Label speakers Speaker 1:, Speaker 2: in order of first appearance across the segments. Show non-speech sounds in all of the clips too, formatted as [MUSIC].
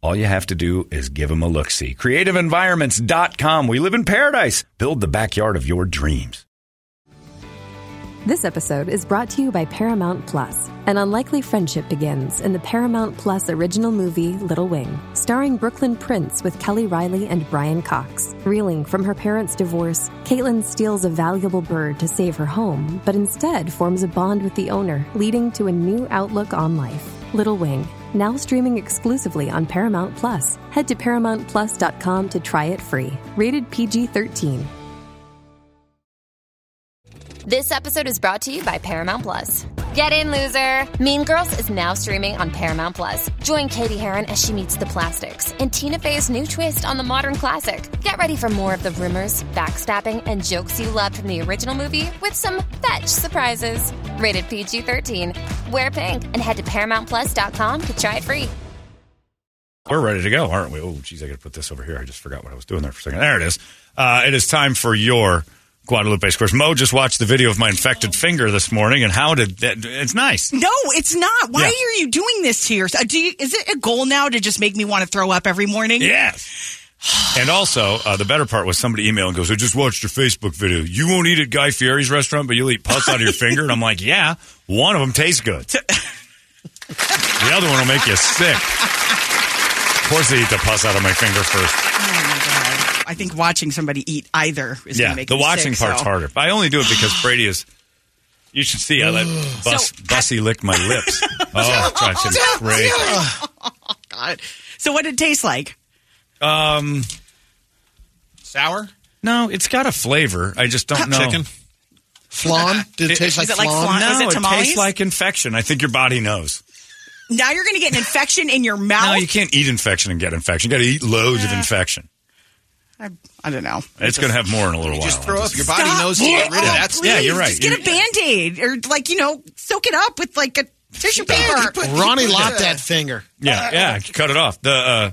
Speaker 1: All you have to do is give them a look see. CreativeEnvironments.com. We live in paradise. Build the backyard of your dreams.
Speaker 2: This episode is brought to you by Paramount Plus. An unlikely friendship begins in the Paramount Plus original movie Little Wing, starring Brooklyn Prince with Kelly Riley and Brian Cox. Reeling from her parents' divorce, Caitlin steals a valuable bird to save her home, but instead forms a bond with the owner, leading to a new outlook on life. Little Wing, now streaming exclusively on Paramount Plus. Head to ParamountPlus.com to try it free. Rated PG 13.
Speaker 3: This episode is brought to you by Paramount Plus. Get in, loser! Mean Girls is now streaming on Paramount Plus. Join Katie Heron as she meets the plastics and Tina Fey's new twist on the modern classic. Get ready for more of the rumors, backstabbing, and jokes you loved from the original movie with some fetch surprises. Rated PG 13. Wear pink and head to ParamountPlus.com to try it free.
Speaker 1: We're ready to go, aren't we? Oh, geez, I got to put this over here. I just forgot what I was doing there for a second. There it is. Uh, it is time for your Guadalupe Squares. Mo just watched the video of my infected finger this morning, and how did that? It's nice.
Speaker 4: No, it's not. Why
Speaker 1: Yeah.
Speaker 4: are you doing this to yourself? Do you, is it a goal now to just make me want to throw up every morning?
Speaker 1: Yes. And also, uh, the better part was somebody emailed and goes, I just watched your Facebook video. You won't eat at Guy Fieri's restaurant, but you'll eat pus out of your finger. And I'm like, yeah, one of them tastes good. the other one will make you sick. Of course, they eat the pus out of my finger first.
Speaker 4: Oh my god! I think watching somebody eat either is
Speaker 1: yeah,
Speaker 4: gonna make
Speaker 1: the
Speaker 4: me
Speaker 1: watching
Speaker 4: sick,
Speaker 1: part's
Speaker 4: so.
Speaker 1: harder. I only do it
Speaker 4: [GASPS]
Speaker 1: because Brady is. You should see how that bus,
Speaker 4: So-
Speaker 1: Bussy licked my
Speaker 4: [LAUGHS]
Speaker 1: lips. Oh, it drives him crazy.
Speaker 4: God. So what did it taste like?
Speaker 5: Sour?
Speaker 1: No, it's got a flavor. I just don't know.
Speaker 5: Chicken?
Speaker 6: Flan? Did it
Speaker 5: It-
Speaker 6: taste
Speaker 5: is
Speaker 6: like
Speaker 4: it like
Speaker 6: flan?
Speaker 4: flan?
Speaker 1: No,
Speaker 4: Uh, Is it tamales?
Speaker 1: tastes like infection. I think your body knows.
Speaker 4: Now you're going to get an infection in your mouth.
Speaker 1: No, you can't eat infection and get infection. You got to eat loads of infection.
Speaker 4: I, I don't know.
Speaker 1: It's going to have more in a little while.
Speaker 5: Just throw
Speaker 1: I'm
Speaker 5: up. Your body knows to
Speaker 4: Stop.
Speaker 5: get rid of
Speaker 4: Oh,
Speaker 5: that.
Speaker 4: please,
Speaker 1: Yeah, you're right.
Speaker 4: Just get a band aid or like you know soak it up with like a tissue
Speaker 5: Yeah,
Speaker 4: paper.
Speaker 5: you put-
Speaker 6: Ronnie
Speaker 5: you put,
Speaker 6: lopped
Speaker 5: uh,
Speaker 6: that finger.
Speaker 1: yeah, yeah. Cut it off. The uh,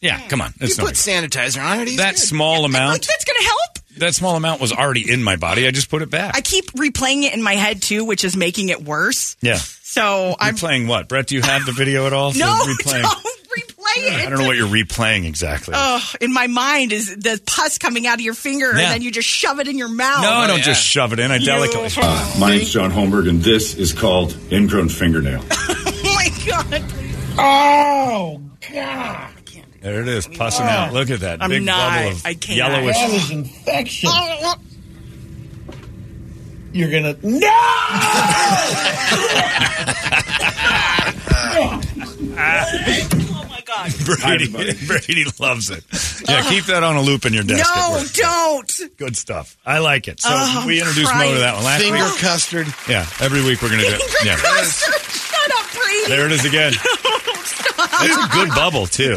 Speaker 1: yeah. Come on.
Speaker 5: You
Speaker 1: It's no
Speaker 5: put
Speaker 1: big-
Speaker 5: sanitizer on it. He's
Speaker 1: that
Speaker 5: good.
Speaker 1: small
Speaker 4: like
Speaker 1: amount.
Speaker 4: that's going to help.
Speaker 1: That small amount was already in my body. I just put it
Speaker 4: I
Speaker 1: back.
Speaker 4: keep replaying it in my head too, which is making it worse.
Speaker 1: Yeah.
Speaker 4: So
Speaker 1: I'm
Speaker 4: I'm
Speaker 1: playing what, Brett? Do you have the video at
Speaker 4: [LAUGHS]
Speaker 1: all? for
Speaker 4: no,
Speaker 1: replaying?
Speaker 4: don't replay it.
Speaker 1: I don't know what you're replaying exactly.
Speaker 4: Oh, in my mind is the pus coming out of your finger,
Speaker 1: Yeah.
Speaker 4: and then you just shove it in your mouth.
Speaker 1: no, don't
Speaker 5: yeah.
Speaker 1: just shove it in. I delicately.
Speaker 7: Uh, My name's John Holmberg, and this is called Ingrown Fingernail.
Speaker 4: [LAUGHS] Oh my god!
Speaker 1: There it is, pussing out. Look at that
Speaker 4: Oh. I'm
Speaker 1: big
Speaker 4: not-
Speaker 1: bubble of
Speaker 4: I can't. Oh.
Speaker 1: yellowish.
Speaker 6: is infection. You're gonna.
Speaker 4: Oh my god!
Speaker 1: Brady, [LAUGHS] Brady loves it. Yeah, keep that on a loop in your desk. at
Speaker 4: Oh. No,
Speaker 1: work.
Speaker 4: don't.
Speaker 1: Good stuff. I like it. So
Speaker 4: Oh,
Speaker 1: we
Speaker 4: I'm
Speaker 1: introduced Mo
Speaker 4: crying.
Speaker 1: to that one last
Speaker 6: Finger
Speaker 1: week.
Speaker 6: custard.
Speaker 1: Yeah, every week we're going to
Speaker 4: [LAUGHS]
Speaker 1: do it. Yeah.
Speaker 4: Shut up, Brady.
Speaker 1: There it is
Speaker 4: [LAUGHS]
Speaker 1: again. It's a good bubble, too.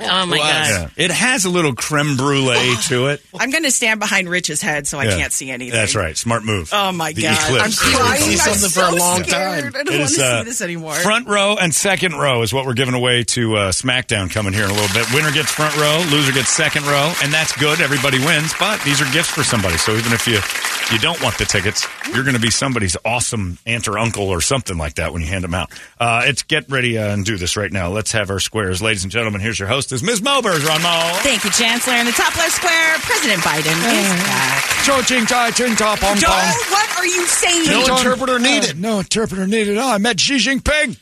Speaker 8: Oh my god!
Speaker 1: Yeah. It has a little creme brulee to it.
Speaker 4: I'm going to stand behind Rich's head so Oh, I
Speaker 1: Yeah.
Speaker 4: can't see anything.
Speaker 1: That's right. Smart move.
Speaker 4: Oh my
Speaker 1: The
Speaker 4: god!
Speaker 1: Eclipse.
Speaker 4: I'm crying.
Speaker 6: See
Speaker 4: I'm
Speaker 6: something
Speaker 4: so
Speaker 6: for a long
Speaker 4: scared. I don't want to
Speaker 1: uh,
Speaker 4: see this anymore.
Speaker 1: Front row and second row is what we're giving away to uh, SmackDown coming here in a little bit. Winner gets front row, loser gets second row, and that's good. Everybody wins, but these are gifts for somebody. So even if you you don't want the tickets, you're going to be somebody's awesome aunt or uncle or something like that when you hand them out. Uh, it's get ready uh, and do this right now. Let's have our squares, ladies and gentlemen. Here's your hostess, Ms. Mo Bergeron. Mo.
Speaker 4: Thank you, Chancellor. In the top left square, President Biden is back.
Speaker 1: Cho ching chai ching cha pong
Speaker 4: Joel, what are you saying?
Speaker 1: Uh,
Speaker 6: No interpreter needed.
Speaker 1: Oh, [LAUGHS] no interpreter needed. I met Xi Jinping.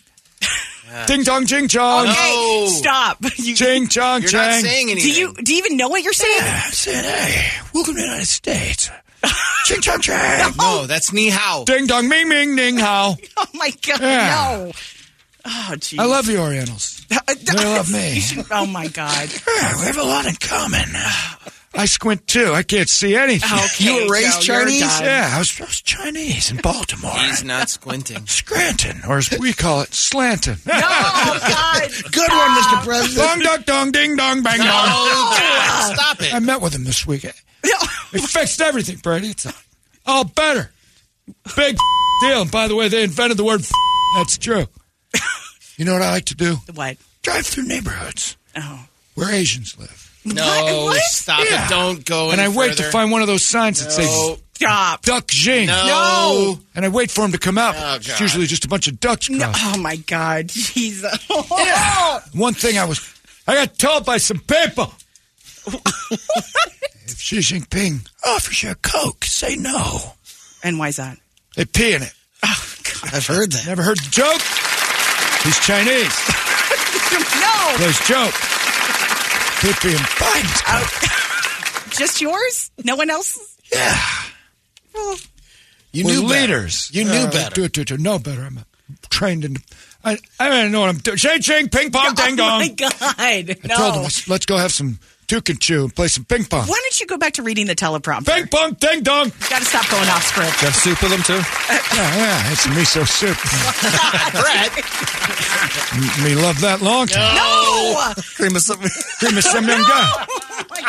Speaker 1: Ding dong, ching chong.
Speaker 4: Okay,
Speaker 5: No.
Speaker 4: stop. You,
Speaker 1: Ching chong,
Speaker 5: You're not
Speaker 1: chang.
Speaker 5: saying anything.
Speaker 4: do you do you even know what you're saying?
Speaker 1: I said, hey, welcome to the United [LAUGHS] States. ching chong, chang.
Speaker 5: No, that's ni hao.
Speaker 1: [LAUGHS] Ding dong, ming ming, ding hao.
Speaker 4: [LAUGHS] Oh my god,
Speaker 1: Yeah.
Speaker 4: no. Oh jeez.
Speaker 1: I love the Orientals.
Speaker 4: [LAUGHS]
Speaker 1: They love me.
Speaker 4: Oh
Speaker 1: [LAUGHS]
Speaker 4: my god.
Speaker 1: Yeah, we have a lot in common. I squint too. I can't see anything.
Speaker 4: Okay,
Speaker 5: You were raised
Speaker 4: so you're
Speaker 5: Chinese?
Speaker 4: done.
Speaker 1: Yeah, I was, I was Chinese in Baltimore.
Speaker 5: He's not
Speaker 6: [LAUGHS]
Speaker 5: squinting.
Speaker 1: Scranton, or as we call it, slanton.
Speaker 4: Oh
Speaker 1: [LAUGHS]
Speaker 4: god.
Speaker 9: Good one, Mr. President.
Speaker 1: Dong, dong, dong, ding, dong, bang, dong.
Speaker 5: Oh, stop it.
Speaker 1: I met with him this week. It fixed everything, Brady. It's all better. Big [LAUGHS] deal. And by the way, they invented the word. [LAUGHS] That's true. You know what I like to do?
Speaker 4: [LAUGHS] What?
Speaker 1: Drive through neighborhoods
Speaker 4: Oh.
Speaker 1: where Asians live.
Speaker 5: No,
Speaker 4: What?
Speaker 5: stop
Speaker 1: Yeah.
Speaker 5: it. Don't go
Speaker 1: And
Speaker 5: any
Speaker 1: I wait to
Speaker 5: further.
Speaker 1: find one of those signs that says
Speaker 5: No.
Speaker 4: Stop.
Speaker 1: Duck Jing.
Speaker 5: No.
Speaker 1: And I wait for him to come out.
Speaker 5: Oh,
Speaker 1: it's
Speaker 5: God.
Speaker 1: usually just a bunch of ducks.
Speaker 4: No.
Speaker 1: crossing.
Speaker 4: Oh my god. Jesus.
Speaker 1: One thing I was, I got told by some people.
Speaker 4: [LAUGHS]
Speaker 1: if Xi Jinping offers you a Coke, say no.
Speaker 4: [LAUGHS] And why's that?
Speaker 1: They pee in it.
Speaker 9: I've heard that.
Speaker 1: Oh, Never heard the joke? He's Chinese.
Speaker 4: No.
Speaker 1: Plays joke. Could be in Biden's Coke.
Speaker 4: Just yours? No one else?
Speaker 1: Yeah.
Speaker 4: Well,
Speaker 9: You
Speaker 1: We're
Speaker 9: knew better.
Speaker 1: leaders.
Speaker 9: You knew
Speaker 1: Uh,
Speaker 9: better.
Speaker 1: Do, do, do, know better. I'm trained in. I, I don't know what I'm doing. Shing, shing, ping pong, ding
Speaker 4: [LAUGHS] oh
Speaker 1: dong.
Speaker 4: my god.
Speaker 1: I
Speaker 4: No.
Speaker 1: told him, let's, let's go have some tuk and chew and play some ping pong.
Speaker 4: Why don't you go back to reading the teleprompter?
Speaker 1: Ping pong, ding dong.
Speaker 4: You gotta stop going off script. [LAUGHS]
Speaker 10: Have soup with them too.
Speaker 1: Yeah, yeah, had some miso soup. Brett. Me love that long time.
Speaker 4: No!
Speaker 10: Cream of something.
Speaker 1: Cream of some [LAUGHS] young guy.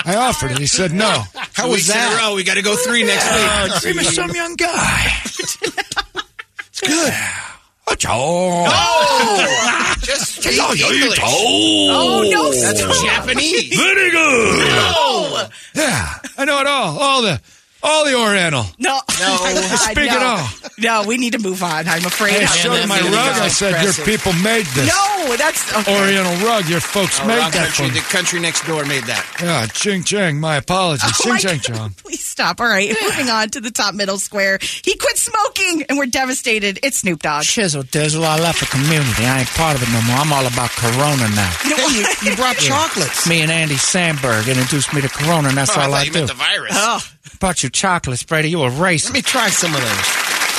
Speaker 1: I offered it. He said no.
Speaker 5: How was that? In a row. We got to go three next week.
Speaker 1: Cream of some young guy. It's good. Oh,
Speaker 5: [LAUGHS] Just
Speaker 1: it's all
Speaker 5: speak
Speaker 1: you
Speaker 5: English.
Speaker 1: told.
Speaker 4: Oh no,
Speaker 5: That's
Speaker 1: [LAUGHS]
Speaker 4: stop.
Speaker 5: Japanese.
Speaker 1: Very good. Yeah, I know it all. All the, all the Oriental.
Speaker 4: [LAUGHS] No, no,
Speaker 1: Speak it all.
Speaker 4: No, we need to move on. I'm afraid.
Speaker 1: I
Speaker 4: I'm
Speaker 1: showed him my
Speaker 4: gonna
Speaker 1: rug.
Speaker 4: go.
Speaker 1: I said, "Your people made this
Speaker 4: No, that's okay.
Speaker 1: Oriental rug. Your folks
Speaker 5: Oh,
Speaker 1: made
Speaker 5: wrong
Speaker 1: that
Speaker 5: country.
Speaker 1: for me."
Speaker 5: The country next door made that.
Speaker 1: Yeah, ching ching. My apologies.
Speaker 4: Oh
Speaker 1: ching
Speaker 4: my
Speaker 1: ching
Speaker 4: God,
Speaker 1: chong.
Speaker 4: Please stop. All right, moving on to the top middle square. He quit smoking, and we're devastated. It's Snoop Dogg.
Speaker 6: Chisel Dizzle, I left the community. I ain't part of it no more. I'm all about Corona now.
Speaker 9: Hey, you, you brought chocolates.
Speaker 6: Me and Andy Sandberg introduced me to Corona, and that's
Speaker 5: Oh, I
Speaker 6: all
Speaker 5: thought
Speaker 6: I
Speaker 5: you
Speaker 6: do.
Speaker 5: meant the virus.
Speaker 9: Oh.
Speaker 6: Bought you chocolates, Brady. You a
Speaker 9: Let
Speaker 6: racist.
Speaker 9: me try some of those.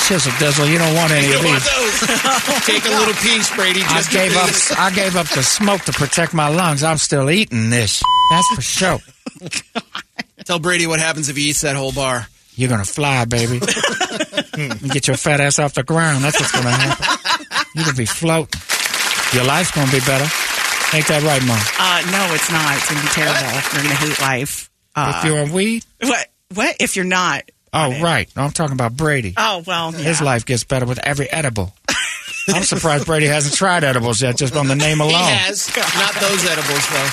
Speaker 6: Chisel Dizzle, you don't want any of
Speaker 5: Don't want
Speaker 6: these.
Speaker 9: [LAUGHS]
Speaker 5: those. Take a little piece, Brady.
Speaker 6: I
Speaker 5: Just
Speaker 6: gave up. I gave up the smoke to protect my lungs. I'm still eating this. That's for sure.
Speaker 5: [LAUGHS] Tell Brady what happens if he eats that whole bar.
Speaker 6: You're gonna fly, baby. Mm, Get your fat ass off the ground. That's what's gonna happen. You're gonna be floating. Your life's gonna be better. Ain't that right, Mom?
Speaker 4: Uh, no, it's not. It's gonna be terrible. You're gonna hate life. Uh,
Speaker 6: if you're on weed,
Speaker 4: What? What? If you're not?
Speaker 6: oh right. No, I'm talking about Brady.
Speaker 4: Oh well.
Speaker 6: His
Speaker 4: yeah.
Speaker 6: life gets better with every edible. I'm surprised Brady hasn't tried edibles yet, just on the name alone.
Speaker 9: Oh.
Speaker 5: He has. Not those edibles, though.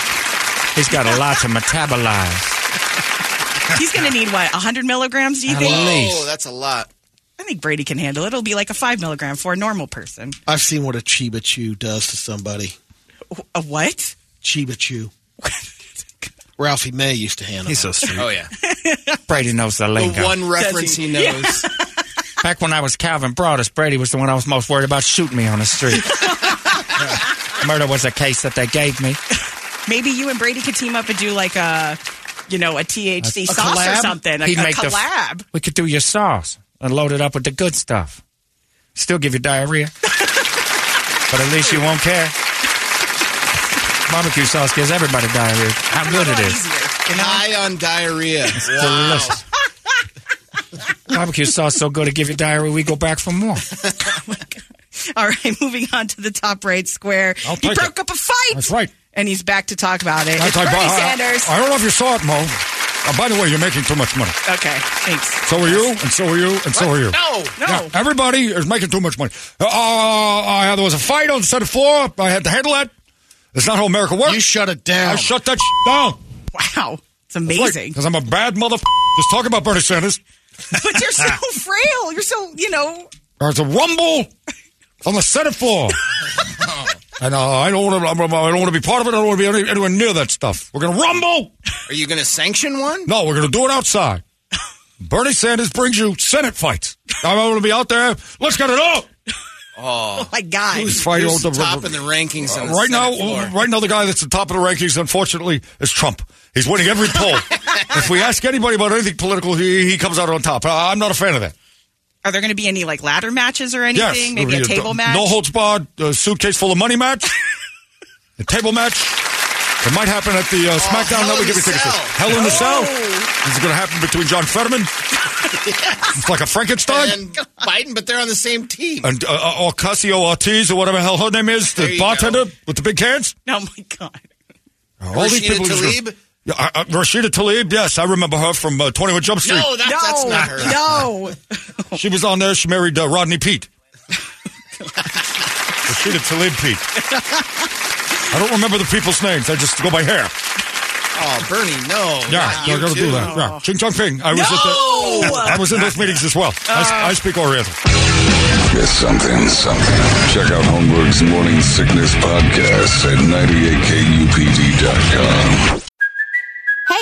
Speaker 6: He's got a lot to metabolize.
Speaker 4: He's gonna need what? 100 milligrams? Do you
Speaker 6: At
Speaker 4: think?
Speaker 6: least.
Speaker 5: Oh, that's a lot.
Speaker 4: I think Brady can handle it. It'll be like a five milligram for a normal person.
Speaker 9: I've seen what a Chiba Chew does to somebody.
Speaker 4: A what?
Speaker 9: Chiba
Speaker 5: [LAUGHS]
Speaker 9: Chew. Ralphie May used to handle.
Speaker 10: He's so sweet.
Speaker 5: Oh, yeah.
Speaker 6: Brady knows the
Speaker 5: The
Speaker 6: lingo.
Speaker 5: one reference he knows.
Speaker 9: [LAUGHS]
Speaker 6: Back when I was Calvin Broadus, Brady was the one I was most worried about shooting me on the street. Murder was a case that they gave me.
Speaker 4: Maybe you and Brady could team up and do like a, you know, a THC
Speaker 6: A
Speaker 4: sauce or
Speaker 6: collab?
Speaker 4: something. A,
Speaker 6: He'd
Speaker 4: a
Speaker 6: make the-
Speaker 4: collab.
Speaker 6: We could do your sauce and load it up with the good stuff. Still give
Speaker 1: [LAUGHS]
Speaker 6: you diarrhea, but at least you won't care. Barbecue sauce gives everybody diarrhea. How good it is.
Speaker 5: High on diarrhea. Wow.
Speaker 6: Delicious. Barbecue sauce so good it give you diarrhea. We go back for more.
Speaker 4: All right, [LAUGHS] moving on to the top right square.
Speaker 1: I'll
Speaker 4: He
Speaker 1: take
Speaker 4: broke
Speaker 1: it.
Speaker 4: up a fight.
Speaker 1: That's right.
Speaker 4: And he's back to talk about it. It's
Speaker 1: I- uh, I-
Speaker 4: Bernie
Speaker 1: I-
Speaker 4: Sanders.
Speaker 1: I, don't know if you saw it, Mo. Uh, by the way, you're making too much money.
Speaker 4: okay, thanks.
Speaker 1: So are you, and so are you, and so are you.
Speaker 5: No.
Speaker 4: No.
Speaker 1: Yeah, everybody is making too much money. [LAUGHS] Uh, uh, there was a fight on the set of floor. I had to handle that. That's not how America works.
Speaker 9: You shut it down.
Speaker 1: I shut that sh- down.
Speaker 4: Wow. It's amazing.
Speaker 1: Because I'm a bad mother. Just talking about Bernie Sanders.
Speaker 4: but you're so [LAUGHS] frail. You're so, you know,
Speaker 1: There's a rumble on the Senate
Speaker 5: [LAUGHS]
Speaker 1: floor. and uh, I don't want to. I don't want to be part of it. I don't want to be any, anywhere near that stuff. We're gonna rumble.
Speaker 5: Are you going to sanction one?
Speaker 1: No, we're gonna do it
Speaker 5: [LAUGHS]
Speaker 1: outside. Bernie Sanders brings you Senate fights. I'm gonna be out there. Let's get it up.
Speaker 4: Oh my God!
Speaker 5: Who's,
Speaker 1: fight
Speaker 5: who's
Speaker 1: over the-
Speaker 5: top in the rankings? on the
Speaker 1: Uh, right now,
Speaker 5: Senate floor?
Speaker 1: right now, the guy that's at the top of the rankings, unfortunately, is Trump. He's winning every
Speaker 5: [LAUGHS]
Speaker 1: poll. if we ask anybody about anything political, he, he comes out on top. I, I'm not a fan of that.
Speaker 4: Are there going to be any like ladder matches or anything?
Speaker 1: yes,
Speaker 4: Maybe
Speaker 1: There'll
Speaker 4: a
Speaker 1: be
Speaker 4: table
Speaker 1: d-
Speaker 4: match.
Speaker 1: no holds barred, a suitcase full of money
Speaker 5: [LAUGHS]
Speaker 1: match, a table match. It might happen at the uh, SmackDown that
Speaker 5: Oh, Hell
Speaker 1: we
Speaker 5: in
Speaker 1: give you
Speaker 5: the
Speaker 1: tickets. to.
Speaker 5: Cell. Oh.
Speaker 1: Hell in the Cell. This is going to happen between John
Speaker 5: [LAUGHS]
Speaker 1: Fetterman. It's like a Frankenstein.
Speaker 5: and Biden, but they're on the same team.
Speaker 1: and uh, uh, Ocasio Ortiz or whatever the hell her name is,
Speaker 5: There
Speaker 1: the
Speaker 5: you
Speaker 1: bartender with the big cans.
Speaker 4: Oh my God!
Speaker 1: [LAUGHS] All these
Speaker 5: Rashida
Speaker 1: people are just
Speaker 5: Tlaib?
Speaker 1: Yeah, uh, uh, Rashida Tlaib, yes, I remember her from uh, 21 Jump Street.
Speaker 5: No, that, that's not her.
Speaker 4: No,
Speaker 1: She was on there. She married uh, Rodney
Speaker 4: [LAUGHS]
Speaker 1: Pete. Rashida Tlaib Pete. I don't remember the people's names. I just go by hair.
Speaker 5: Oh, Bernie, no.
Speaker 1: Yeah,
Speaker 5: not
Speaker 1: I
Speaker 5: you
Speaker 1: gotta
Speaker 5: too. Oh,
Speaker 1: do that. Yeah, Ching Chong Ping. I was at the, [LAUGHS]
Speaker 4: No!
Speaker 1: I was in those meetings as well. I s- I, speak Oriental.
Speaker 11: It's something, something. Check out Holmberg's Morning Sickness Podcast at 98kupd.com.
Speaker 3: Hey,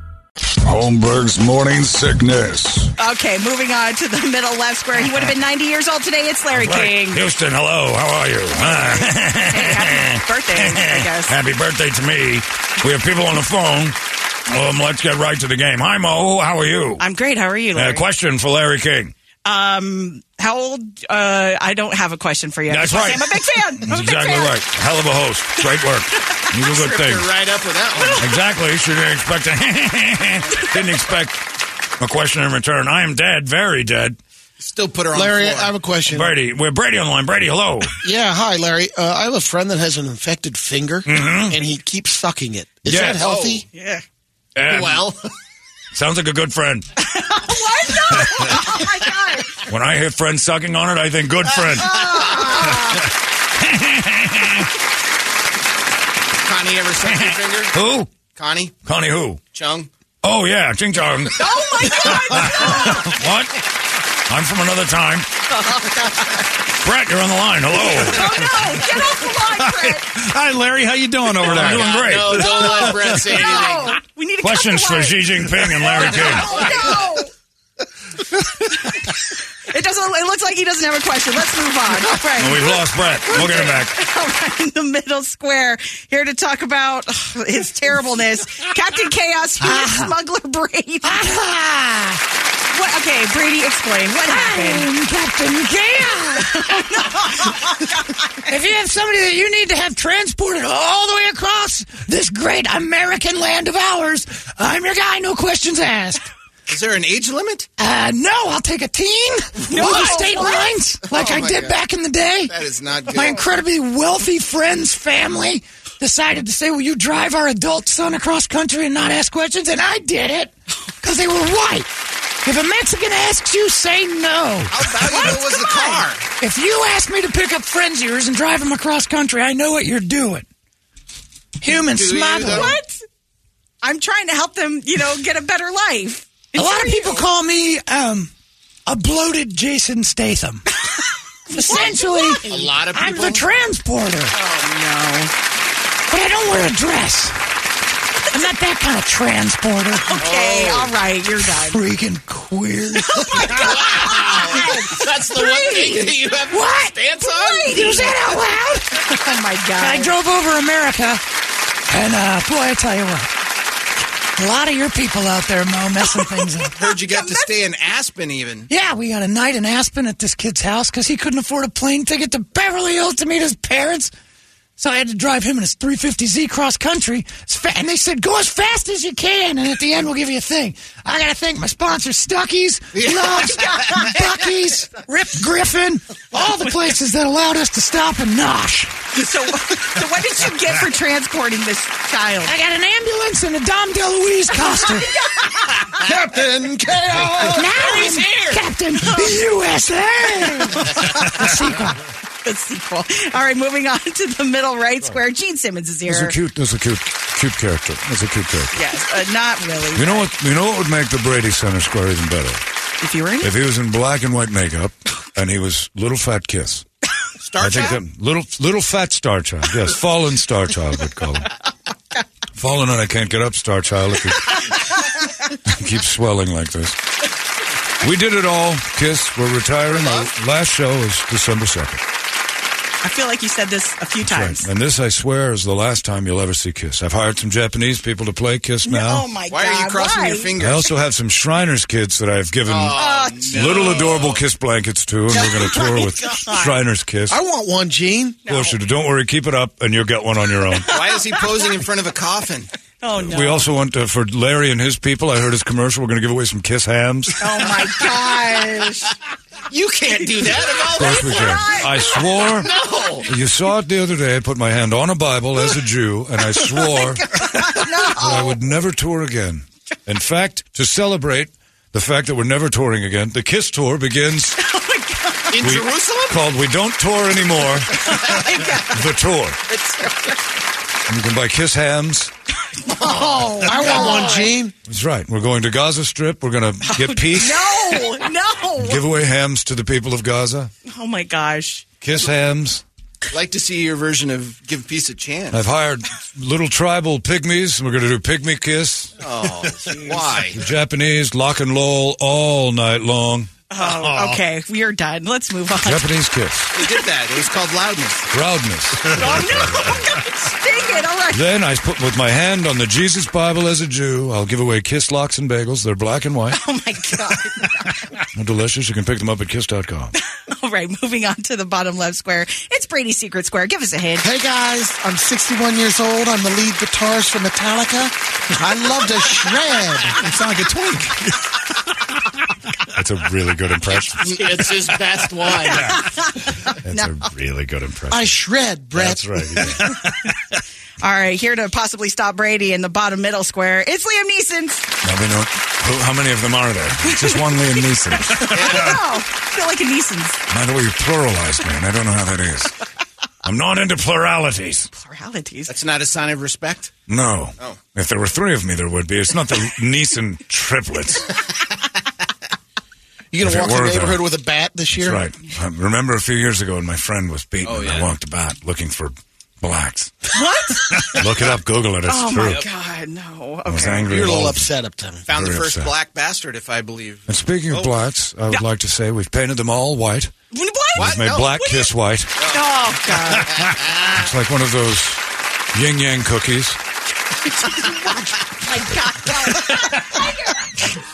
Speaker 11: Holmberg's Morning Sickness.
Speaker 4: Okay, moving on to the middle left square. He would have been 90 years old today. It's Larry King.
Speaker 1: Houston, hello. How are you? Ah.
Speaker 4: Hey,
Speaker 1: [LAUGHS]
Speaker 4: happy birthday, I guess.
Speaker 1: Happy birthday to me. We have people on the phone. Um, let's get right to the game. Hi, Mo. How are you?
Speaker 4: I'm great. How are you, Larry?
Speaker 1: Uh, question for Larry King.
Speaker 4: um, how old? Uh, I don't have a question for you.
Speaker 1: That's
Speaker 4: I'm
Speaker 1: right.
Speaker 4: a big fan. I'm
Speaker 1: That's
Speaker 4: a big
Speaker 1: exactly
Speaker 4: fan.
Speaker 1: right. Hell of a host. Great
Speaker 4: [LAUGHS]
Speaker 1: work. You do good
Speaker 5: You're
Speaker 1: things.
Speaker 5: right up with that one.
Speaker 1: Exactly. She didn't expect a [LAUGHS] didn't expect a question in return. I am dead, very dead.
Speaker 5: Still put her on
Speaker 12: Larry,
Speaker 5: the
Speaker 12: I
Speaker 5: floor. Oh,
Speaker 12: have a question.
Speaker 1: Brady, we're Brady on the line. Brady, hello.
Speaker 12: Yeah, hi, Larry. Uh, I have a friend that has an infected finger, and he keeps sucking it. Is
Speaker 1: Mm-hmm. Yes.
Speaker 12: that healthy?
Speaker 4: Yeah.
Speaker 1: And
Speaker 5: well, [LAUGHS]
Speaker 1: sounds like a good
Speaker 12: [LAUGHS]
Speaker 1: friend.
Speaker 4: What? No. Oh my God.
Speaker 1: When I hear friends sucking on it, I think good
Speaker 12: [LAUGHS]
Speaker 1: friend.
Speaker 5: Connie ever sucked
Speaker 1: [LAUGHS]
Speaker 5: your finger?
Speaker 1: Who?
Speaker 5: Connie?
Speaker 1: Connie who?
Speaker 5: Chung?
Speaker 1: Oh yeah,
Speaker 12: [LAUGHS]
Speaker 1: Ching Chong.
Speaker 4: Oh my God.
Speaker 1: [LAUGHS] What? I'm from
Speaker 12: [LAUGHS]
Speaker 1: another time. Brett, you're on the line. Hello.
Speaker 4: Oh no. Get off the line, Brett.
Speaker 13: Hi, Larry. How you doing over
Speaker 1: I'm doing great.
Speaker 5: No, [LAUGHS]
Speaker 1: [LAUGHS]
Speaker 5: don't let Brett say anything.
Speaker 4: No. We need to cut
Speaker 1: Questions
Speaker 4: the
Speaker 1: for
Speaker 4: line.
Speaker 1: Xi Jinping and Larry
Speaker 6: [LAUGHS]
Speaker 1: King.
Speaker 4: Oh no. It doesn't. It looks like he doesn't have a question. Let's move on. All right.
Speaker 1: And we've lost Brett. We'll get him back.
Speaker 4: [LAUGHS] All right, in the middle square, here to talk about [SIGHS] ugh, his terribleness, Captain Chaos, human
Speaker 5: Ah.
Speaker 4: smuggler Brady. what, okay, Brady, explain what
Speaker 5: Ah.
Speaker 4: happened.
Speaker 5: [LAUGHS]
Speaker 6: Captain Chaos. [LAUGHS] if you have somebody that you need to have transported all the way across this great American land of ours, I'm your guy. No questions asked.
Speaker 5: [LAUGHS] Is there an age limit?
Speaker 6: Uh, no, I'll take
Speaker 5: [LAUGHS]
Speaker 6: a teen over state lines like
Speaker 5: Oh,
Speaker 6: I
Speaker 5: my
Speaker 6: did
Speaker 5: God.
Speaker 6: back in the day.
Speaker 5: That is not
Speaker 6: My
Speaker 5: good.
Speaker 6: incredibly wealthy friend's family decided to say, Will you drive our adult son across country and not ask questions? And I did it because they were white. If a Mexican asks you, say no.
Speaker 5: How valuable was the car?
Speaker 6: If you ask me to pick up friends of yours and drive them across country, I know what you're doing. Human
Speaker 5: Do you,
Speaker 6: smuggling.
Speaker 5: though?
Speaker 4: What? I'm trying to help them, you know, get a better life.
Speaker 6: A lot of people call me um, a bloated Jason Statham. Essentially,
Speaker 5: A lot of
Speaker 6: I'm
Speaker 5: people.
Speaker 6: the transporter.
Speaker 4: Oh
Speaker 6: But I don't wear a dress. I'm not that kind of [LAUGHS] transporter.
Speaker 4: no. Okay, all right, you're done.
Speaker 6: Freaking queer.
Speaker 5: Wow. That's the one thing that you have
Speaker 6: What?
Speaker 5: stance on?
Speaker 6: Use that out loud.
Speaker 4: [LAUGHS] Oh my
Speaker 6: [LAUGHS]
Speaker 4: god.
Speaker 6: I drove over America, and uh, boy, I tell you what, a lot of your people out there, Mo, messing things up.
Speaker 5: Heard you got to stay in Aspen even.
Speaker 6: [LAUGHS] Yeah, we got a night in Aspen at this kid's house because he couldn't afford a plane ticket to Beverly Hills to meet his parents. So I had to drive him in his 350Z cross country. It's fa- And they said, go as fast as you can, and at the end, we'll give you a thing. I got to thank my sponsors, Stuckies,
Speaker 12: [LAUGHS]
Speaker 6: Loves, Bucky's, Rip Griffin, all the places that allowed us to stop and nosh.
Speaker 4: So, so what did you get for transporting this child?
Speaker 6: I got an ambulance and a Dom DeLuise [LAUGHS] costume.
Speaker 12: [LAUGHS]
Speaker 5: Captain Chaos!
Speaker 6: now
Speaker 5: he's
Speaker 6: I'm
Speaker 5: here.
Speaker 6: Captain USA. The sequel.
Speaker 4: Good sequel. All right, moving on to the middle right square. Gene Simmons is here.
Speaker 1: There's a cute, there's a cute, cute character. There's a cute character.
Speaker 4: Yes, uh, not really.
Speaker 1: You know what? You know what would make the Brady Center Square even better?
Speaker 4: If you were in it?
Speaker 1: If he was in black and white makeup and he was little fat kiss.
Speaker 12: Star
Speaker 1: I think
Speaker 12: Child?
Speaker 1: that little little fat star child.
Speaker 4: [LAUGHS]
Speaker 1: Yes, fallen star child would call him. fallen and I can't get up star child. If he [LAUGHS] keeps swelling like this. We did it all. Kiss. We're retiring. Our last show is December second.
Speaker 4: I feel like you said this a few times.
Speaker 1: And this, I swear, is the last time you'll ever see Kiss. I've hired some Japanese people to play Kiss now.
Speaker 4: Oh my
Speaker 12: Why
Speaker 4: god!
Speaker 12: are you crossing
Speaker 4: why?
Speaker 12: your fingers?
Speaker 1: I also have some Shriners kids that I've given
Speaker 4: Oh,
Speaker 1: little adorable Kiss blankets to, and we're going to tour with Shriners Kiss.
Speaker 12: I want one, Gene.
Speaker 1: Closer to, don't worry, keep it up, and you'll get one on your own.
Speaker 5: Why is he posing in front of a coffin?
Speaker 12: [LAUGHS]
Speaker 4: Oh no!
Speaker 1: We also want to, for Larry and his people. I heard his commercial. We're going to give away some Kiss hams.
Speaker 4: oh my gosh!
Speaker 5: You can't do that
Speaker 1: Of course we can. I swore. You saw it the other day. I put my hand on a Bible as a Jew, and I swore that I would never tour again. In fact, to celebrate the fact that we're never touring again, the Kiss tour begins.
Speaker 5: about in
Speaker 1: We-
Speaker 5: Jerusalem.
Speaker 1: Called We Don't Tour
Speaker 4: [LAUGHS]
Speaker 1: Anymore. the tour. And you can buy Kiss hams. [LAUGHS]
Speaker 4: Oh,
Speaker 12: I want one, Gene.
Speaker 1: That's right. We're going to Gaza Strip. We're going to get peace.
Speaker 4: Oh, no, no!
Speaker 1: Give away hams to the people of Gaza.
Speaker 4: Oh my gosh!
Speaker 1: Kiss hams.
Speaker 5: Like to see your version of "Give Peace a Chance."
Speaker 1: I've hired little tribal pygmies, and we're going to do pygmy kiss.
Speaker 5: Oh, why?
Speaker 1: The Japanese lock and roll all night long.
Speaker 4: Oh, okay, we are done. Let's move on.
Speaker 1: Japanese kiss.
Speaker 5: They did that. It was called loudness.
Speaker 1: Proudness. [LAUGHS]
Speaker 4: Oh no! [LAUGHS] Dang it! All right.
Speaker 1: then I put with my hand on the Jesus Bible as a Jew. I'll give away kiss locks and bagels. They're black and white.
Speaker 4: Oh my god!
Speaker 1: They're delicious. You can pick them up at kiss.com.
Speaker 4: [LAUGHS] All right, moving on to the bottom left square. It's Brady's secret square. Give us a hint.
Speaker 12: Hey guys, I'm 61 years old. I'm the lead guitarist for Metallica. I love to shred.
Speaker 1: It's not like a twink. That's a really good impression.
Speaker 12: It's his best one.
Speaker 1: [LAUGHS] That's a really good impression.
Speaker 12: I shred, Brett.
Speaker 1: That's right. yeah.
Speaker 4: All right, here to possibly stop Brady in the bottom middle square. It's Liam Neeson.
Speaker 1: Now they know- who- how many of them are there? Just one Liam
Speaker 4: [LAUGHS]
Speaker 1: Neeson.
Speaker 4: I don't know. I Oh, feel like a Neeson's
Speaker 1: By the way, you pluralized me, and I don't know how that is. I'm not into pluralities.
Speaker 4: pluralities.
Speaker 5: That's not a sign of respect.
Speaker 1: No.
Speaker 5: Oh.
Speaker 1: If there were three of me, there would be. It's not the Neeson triplets.
Speaker 12: You
Speaker 1: If
Speaker 12: gonna
Speaker 1: it
Speaker 12: walk the
Speaker 1: were, though.
Speaker 12: neighborhood with a bat this
Speaker 1: That's
Speaker 12: year?
Speaker 1: right. I remember a few years ago when my friend was beaten
Speaker 5: Oh,
Speaker 1: and I
Speaker 5: yeah.
Speaker 1: walked about looking for blacks. What? [LAUGHS] Look it up. Google it. It's
Speaker 4: Oh
Speaker 1: true.
Speaker 4: my God, no.
Speaker 1: I was
Speaker 4: Okay.
Speaker 1: angry.
Speaker 12: You're a
Speaker 1: at all
Speaker 12: little
Speaker 1: of them.
Speaker 12: upset up time.
Speaker 5: Found
Speaker 1: Very
Speaker 5: the first
Speaker 1: upset.
Speaker 5: black bastard, if
Speaker 12: [LAUGHS]
Speaker 5: I believe. [LAUGHS]
Speaker 1: And speaking
Speaker 5: Oh.
Speaker 1: of blacks, I would like to say we've painted them all white.
Speaker 4: What?
Speaker 1: We've made black
Speaker 4: What do you-
Speaker 1: kiss white.
Speaker 4: Oh God.
Speaker 1: It's like one of those yin yang cookies.
Speaker 4: my
Speaker 1: [LAUGHS]
Speaker 4: God. Oh,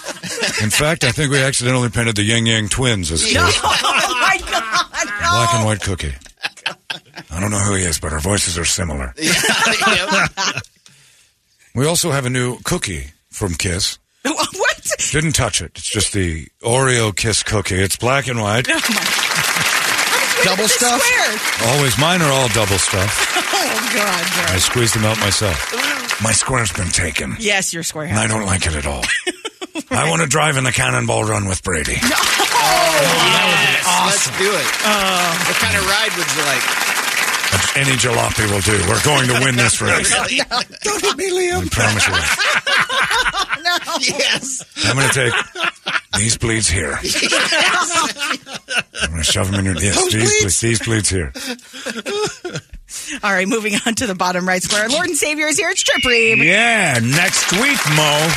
Speaker 4: [LAUGHS]
Speaker 1: In fact, I think we accidentally painted the yin yang twins as
Speaker 4: No.
Speaker 1: kiss.
Speaker 4: Oh my [LAUGHS] God. Oh, No.
Speaker 1: black and white cookie. I don't know who he is, but our voices are similar. We also have a new cookie from Kiss.
Speaker 4: What? Oh,
Speaker 1: Didn't touch it. It's just the Oreo Kiss cookie. It's black and
Speaker 4: [LAUGHS]
Speaker 1: white.
Speaker 4: Oh my.
Speaker 12: Double
Speaker 4: It's
Speaker 12: stuff.
Speaker 4: Square.
Speaker 1: Always mine are all double stuff.
Speaker 4: Oh God. God.
Speaker 1: I squeezed them out myself. My square's been taken,
Speaker 4: Yes, you're square.
Speaker 1: and I don't like it at
Speaker 4: [LAUGHS]
Speaker 1: all. I want to drive in the cannonball run with Brady.
Speaker 5: Awesome. Let's do it. what kind of ride would you like?
Speaker 1: Any jalopy will do. We're going to win this race.
Speaker 12: [LAUGHS]
Speaker 1: [LAUGHS]
Speaker 12: Don't hit me, Liam.
Speaker 1: I promise you. that.
Speaker 14: [LAUGHS]
Speaker 5: Yes.
Speaker 1: I'm going to take these
Speaker 12: [LAUGHS]
Speaker 1: bleeds here. I'm going to shove them in your. Yes,
Speaker 12: Those bleeds?
Speaker 1: these bleeds. These bleeds here.
Speaker 4: All right, moving on to the bottom right square. Lord and Savior is here. It's Trip Reeb.
Speaker 1: Yeah, next week, Mo.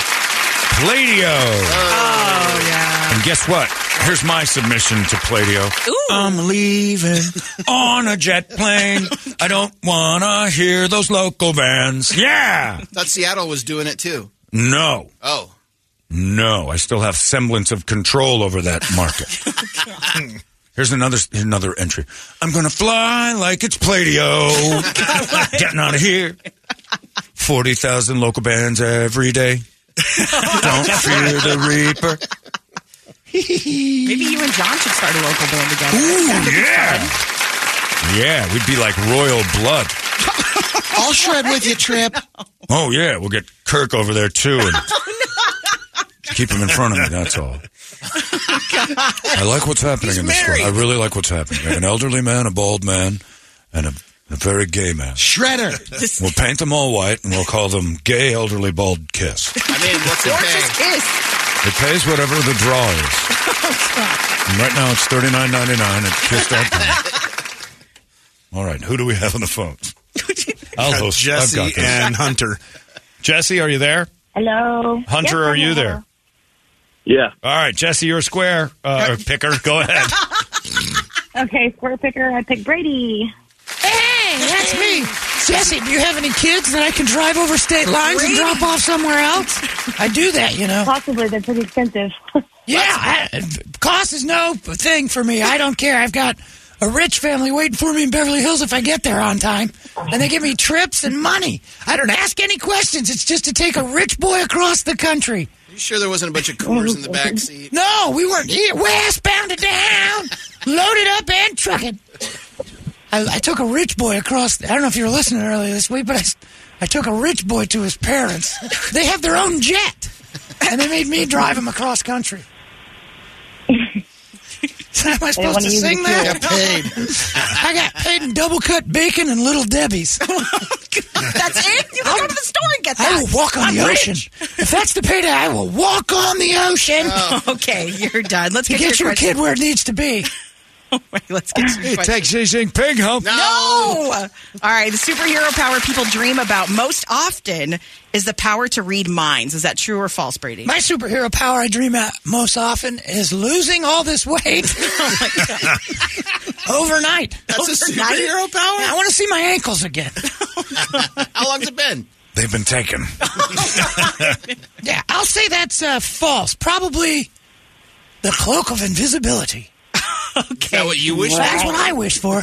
Speaker 1: Pladio. Oh, yeah. And guess what? Here's my submission to Pladio.
Speaker 4: Ooh.
Speaker 1: I'm leaving on a jet plane. I don't want to hear those local bands. Yeah.
Speaker 5: Thought Seattle was doing it too.
Speaker 1: No,
Speaker 5: Oh.
Speaker 1: no. I still have semblance of control over that market. [LAUGHS] Here's another another entry. I'm gonna fly like it's Pladio. Getting out of here. Forty thousand local bands every day. Don't fear the reaper.
Speaker 4: Maybe you and John should start a local band together.
Speaker 1: Ooh, yeah, yeah. We'd be like royal blood.
Speaker 12: [LAUGHS] I'll shred with you, Trip.
Speaker 1: Oh yeah, we'll get
Speaker 4: [LAUGHS] Oh,
Speaker 1: Kirk over there too, and keep him in front of me. That's all.
Speaker 4: God.
Speaker 1: I like what's happening
Speaker 4: He's
Speaker 1: in this
Speaker 4: married.
Speaker 1: one. I really like what's happening. We have an elderly man, a bald man, and a, a very gay man.
Speaker 12: Shredder.
Speaker 6: [LAUGHS]
Speaker 1: We'll paint them all white and we'll call them Gay Elderly Bald Kiss.
Speaker 14: I mean, what's it pay?
Speaker 1: It pays whatever the draw
Speaker 6: [LAUGHS]
Speaker 1: is. And right now it's thirty nine ninety nine at kiss.com.
Speaker 6: [LAUGHS]
Speaker 1: All right, who do we have on the phone? I'll host.
Speaker 15: Jesse
Speaker 1: I've got this. [LAUGHS]
Speaker 15: and Hunter.
Speaker 1: Jesse, are you there?
Speaker 16: Hello.
Speaker 1: Hunter,
Speaker 16: Yes,
Speaker 1: are you
Speaker 16: hello.
Speaker 1: there?
Speaker 17: Yeah.
Speaker 1: All right, Jesse, you're a square uh, or picker. Go ahead.
Speaker 16: Okay, square picker. I picked Brady.
Speaker 6: Hey, that's me. [LAUGHS] Jesse, do you have any kids that I can drive over state lines and drop off somewhere else? I do that, you know.
Speaker 16: Possibly. They're pretty expensive.
Speaker 17: Oh,
Speaker 6: Yeah, I, cost is no thing for me. I don't care. I've got a rich family waiting for me in Beverly Hills if I get there on time. And they give me trips and money. I don't ask any questions. It's just to take a rich boy across the country.
Speaker 14: You sure there wasn't a bunch of coolers in the back seat?
Speaker 6: No, we weren't here. Westbound and down, loaded up and trucking. I, I took a rich boy across. I don't know if you were listening earlier this week, but I, s- I took a rich boy to his parents. They have their own jet, and they made me drive him across country. [LAUGHS] Am I supposed to sing that? [LAUGHS] I got paid in double cut bacon and Little
Speaker 1: [LAUGHS]
Speaker 6: Debbie's.
Speaker 4: That's it? You can go to the store and get that.
Speaker 6: [LAUGHS] I will walk on
Speaker 4: I'm
Speaker 6: the
Speaker 4: rich.
Speaker 6: ocean. If that's the payday, I will walk on the ocean.
Speaker 4: [LAUGHS]
Speaker 1: Uh,
Speaker 4: okay, you're done. Let's
Speaker 6: to
Speaker 4: get,
Speaker 6: get, your,
Speaker 4: question.
Speaker 6: kid where it needs to be.
Speaker 4: let's get [LAUGHS] to your question.
Speaker 1: Jinping, Ping, huh?
Speaker 4: No. All right. The superhero power people dream about most often is the power to read minds. Is that true or false, Brady?
Speaker 6: My superhero power I dream at most often is losing all this
Speaker 14: [LAUGHS]
Speaker 6: weight. Overnight.
Speaker 14: Oh That's a
Speaker 6: Overnight.
Speaker 14: superhero power?
Speaker 6: I want to see my ankles again.
Speaker 14: How long's it been?
Speaker 1: They've been
Speaker 14: [LAUGHS]
Speaker 1: taken.
Speaker 14: Oh
Speaker 6: Yeah, I'll say that's uh, false. Probably the cloak of invisibility.
Speaker 14: Okay. Is that what you wish
Speaker 6: That's
Speaker 14: for?
Speaker 6: what I wish for.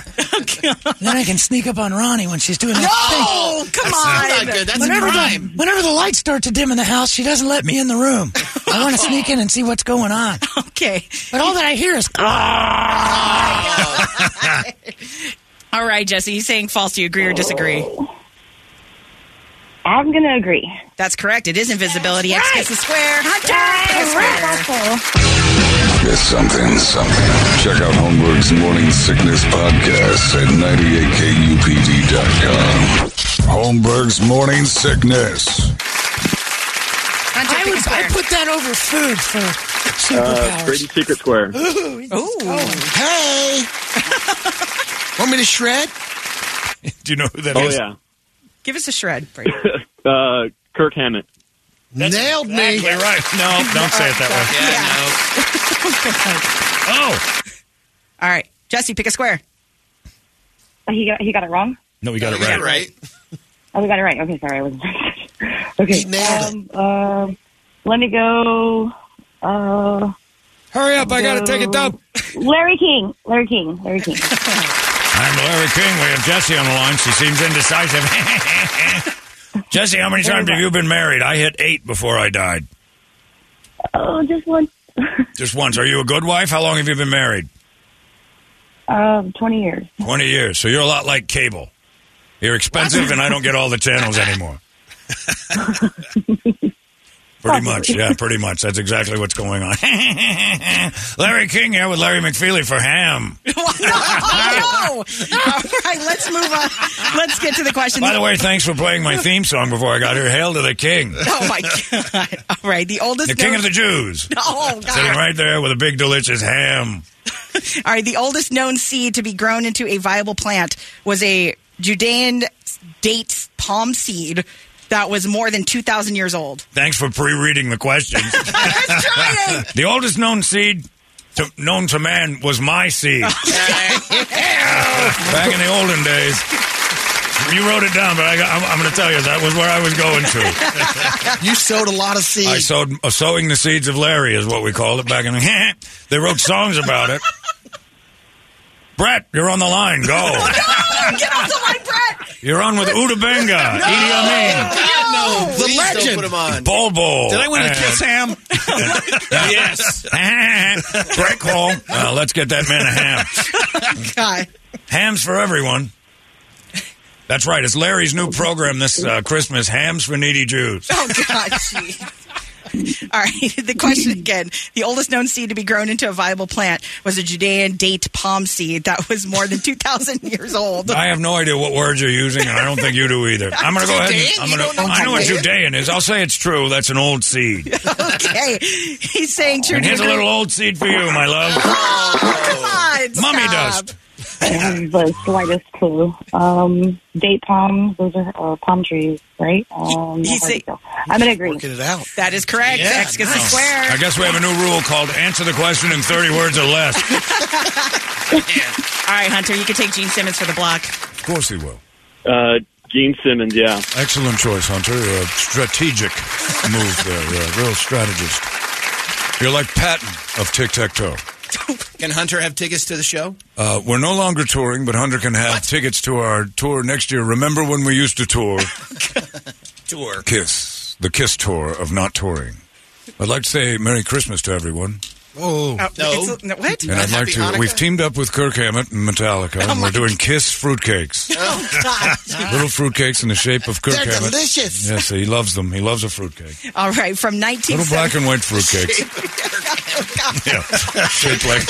Speaker 6: then I can sneak up on Ronnie when she's doing that
Speaker 14: No,
Speaker 16: Oh,
Speaker 6: thing.
Speaker 14: come Oh, That's not on. good. That's a
Speaker 6: whenever
Speaker 14: crime.
Speaker 6: The, whenever the lights start to dim in the house, she doesn't let me in the room.
Speaker 14: [LAUGHS]
Speaker 6: I want to sneak in and see what's going on.
Speaker 4: [LAUGHS] Okay.
Speaker 6: But all that I hear is, "Ah,
Speaker 4: All right, Jesse. He's saying false. Do you agree or disagree?
Speaker 16: Oh. I'm going to agree.
Speaker 4: That's correct. It is invisibility. X gets the square.
Speaker 16: That's right.
Speaker 11: It's something, something. Check out Holmberg's Morning Sickness Podcast at 98kupd.com. Holmberg's Morning Sickness.
Speaker 6: I, would, I put that over food for
Speaker 17: Uh,
Speaker 6: superpowers.
Speaker 17: Brady's Secret Square.
Speaker 6: Ooh, he's going.
Speaker 4: oh.
Speaker 14: [LAUGHS]
Speaker 12: Hey. Want me to shred?
Speaker 1: [LAUGHS] Do you know who that
Speaker 17: oh,
Speaker 1: is?
Speaker 17: yeah.
Speaker 4: Give us a shred, [LAUGHS] Brady.
Speaker 17: Uh, Kirk
Speaker 16: [LAUGHS]
Speaker 17: Hammett.
Speaker 12: Nailed
Speaker 1: me. right. No, don't say it that way. Oh.
Speaker 4: All right, Jesse, pick a square.
Speaker 16: He got, he got it wrong?
Speaker 1: No, we got it
Speaker 16: we
Speaker 1: right.
Speaker 16: got it Oh, we got it right. Okay, sorry. I wasn't. [LAUGHS] okay. um, um, let me go. Oh, Uh,
Speaker 1: Hurry up. I got to take a
Speaker 16: go-
Speaker 1: dump.
Speaker 16: Larry King. Larry King. Larry
Speaker 17: [LAUGHS]
Speaker 16: King.
Speaker 1: I'm Larry King. We have Jesse on the line. She seems indecisive. [LAUGHS] Jesse, how many times have you been married? I hit eight before I died.
Speaker 16: oh, just one.
Speaker 1: Just once. Are you a good wife? How long have you been married?
Speaker 16: Um, 20 years.
Speaker 1: 20 years. So you're a lot like cable. You're expensive, and I don't get all the
Speaker 17: [LAUGHS]
Speaker 1: channels anymore. pretty much. Yeah, pretty much. That's exactly what's going on. [LAUGHS] Larry King here with Larry McFeely for ham.
Speaker 4: Oh, no. All right, [LAUGHS] let's move on. Let's get to the question.
Speaker 1: By the way, thanks for playing my theme song before I got here. Hail to the King.
Speaker 4: Oh my God! All right, the oldest.
Speaker 1: The King
Speaker 4: known-
Speaker 1: of the Jews.
Speaker 4: [LAUGHS] Oh
Speaker 1: Sitting
Speaker 4: God!
Speaker 1: right there with a big, delicious ham.
Speaker 4: All right, the oldest known seed to be grown into a viable plant was a Judean date palm seed that was more than two thousand years old.
Speaker 1: Thanks for pre-reading the questions.
Speaker 4: [LAUGHS]
Speaker 1: the oldest known seed to, known to man was my seed [LAUGHS] back in the olden days. You wrote it down, but I got, I'm, I'm going to tell you that was where I was going to.
Speaker 12: You sowed a lot of seeds.
Speaker 1: I sowed uh, sowing the seeds of Larry is what we called it back in the. [LAUGHS] they wrote songs about it. Brett, you're on the line. Go.
Speaker 4: [LAUGHS] Get off the line, Brett.
Speaker 1: You're on with Uda Benga, Idi Amin,
Speaker 14: No,
Speaker 12: The
Speaker 14: please
Speaker 12: legend.
Speaker 14: Don't put him on.
Speaker 1: Bobo.
Speaker 14: Did I win a
Speaker 1: and-
Speaker 14: kiss,
Speaker 12: Sam?
Speaker 14: yes.
Speaker 1: [LAUGHS] Break call. Uh, let's get that man a ham.
Speaker 4: God.
Speaker 1: Hams for everyone. That's
Speaker 4: [LAUGHS]
Speaker 1: right. It's Larry's new program this uh, Christmas. Hams for needy Jews.
Speaker 4: Oh God! Gee. All right. [LAUGHS] The question again: the oldest known seed to be grown into a viable plant was a Judean date palm seed that was more than two thousand years old.
Speaker 1: I have no idea what words you're using, and I don't think you do either. I'm going to go ahead. And,
Speaker 4: Judean?
Speaker 1: I'm
Speaker 4: You
Speaker 1: going to.
Speaker 4: don't know
Speaker 1: I know what
Speaker 4: Judean?
Speaker 1: Judean is. I'll say it's true. That's an old seed.
Speaker 4: okay, he's saying true.
Speaker 1: Oh,
Speaker 4: Oh,
Speaker 1: And here's a little old seed for you, my love. [LAUGHS]
Speaker 4: Come on,
Speaker 1: Mummy
Speaker 4: stop.
Speaker 1: dust.
Speaker 16: I don't have the slightest clue. Um, date palms, those are uh, palm trees, right? Um,
Speaker 4: He's
Speaker 16: hard to
Speaker 4: a-
Speaker 16: tell. I'm gonna agree.
Speaker 5: Working it out.
Speaker 4: That is correct.
Speaker 1: Yeah,
Speaker 4: X gets a
Speaker 1: nice.
Speaker 4: square.
Speaker 1: I guess we have a new rule called answer the question in 30 words or less.
Speaker 4: All right, Hunter, you can take Gene Simmons for the block.
Speaker 1: Of course he will.
Speaker 17: Uh, Gene Simmons, yeah.
Speaker 1: Excellent choice, Hunter. A strategic move there. You're a real strategist. You're like Patton of Tic Tac Toe.
Speaker 5: Can Hunter have tickets to the show?
Speaker 1: Uh, we're no longer touring, but Hunter can have tickets to our tour next year. Remember when we used to tour?
Speaker 5: Tour.
Speaker 1: Kiss. The Kiss tour of not touring. I'd like to say Merry Christmas to everyone.
Speaker 5: Oh, no.
Speaker 4: it's- no, what?
Speaker 1: And I'd like to. We've teamed up with Kirk Hammett and Metallica, and we're doing Kiss fruitcakes.
Speaker 12: [LAUGHS] Oh, God.
Speaker 1: Little fruitcakes in the shape of Kirk
Speaker 12: They're
Speaker 1: Hammett.
Speaker 12: delicious.
Speaker 1: Yes, he loves them. He loves a fruitcake.
Speaker 4: All right, from nineteen.
Speaker 1: Little black and white fruitcakes. yeah, shaped like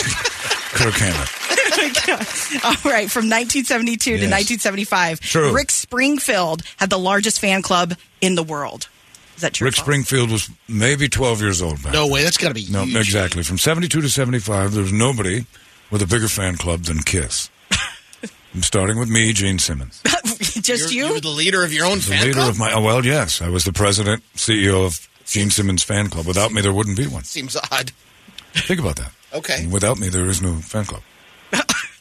Speaker 1: Kirk Hammett.
Speaker 4: All right, from 1972 to
Speaker 1: Yes.
Speaker 4: 1975,
Speaker 1: True.
Speaker 4: Rick Springfield had the largest fan club in the world. Is that true?
Speaker 1: Rick Springfield was maybe 12 years old back.
Speaker 5: No way. That's got to be.
Speaker 1: No, exactly. From 72 to 75, there was nobody with a bigger fan club than
Speaker 5: [LAUGHS]
Speaker 1: Kiss. I'm starting with me, Gene Simmons.
Speaker 4: [LAUGHS] Just
Speaker 5: you? You were the leader of your own
Speaker 1: The
Speaker 5: fan
Speaker 1: leader
Speaker 5: club?
Speaker 1: of my, oh, well, yes, I was the president, CEO of Gene Simmons Fan Club. Without me, there wouldn't be one.
Speaker 5: Seems odd.
Speaker 1: Think about that.
Speaker 5: Okay.
Speaker 1: And without me, there is no fan
Speaker 5: [LAUGHS]
Speaker 1: club.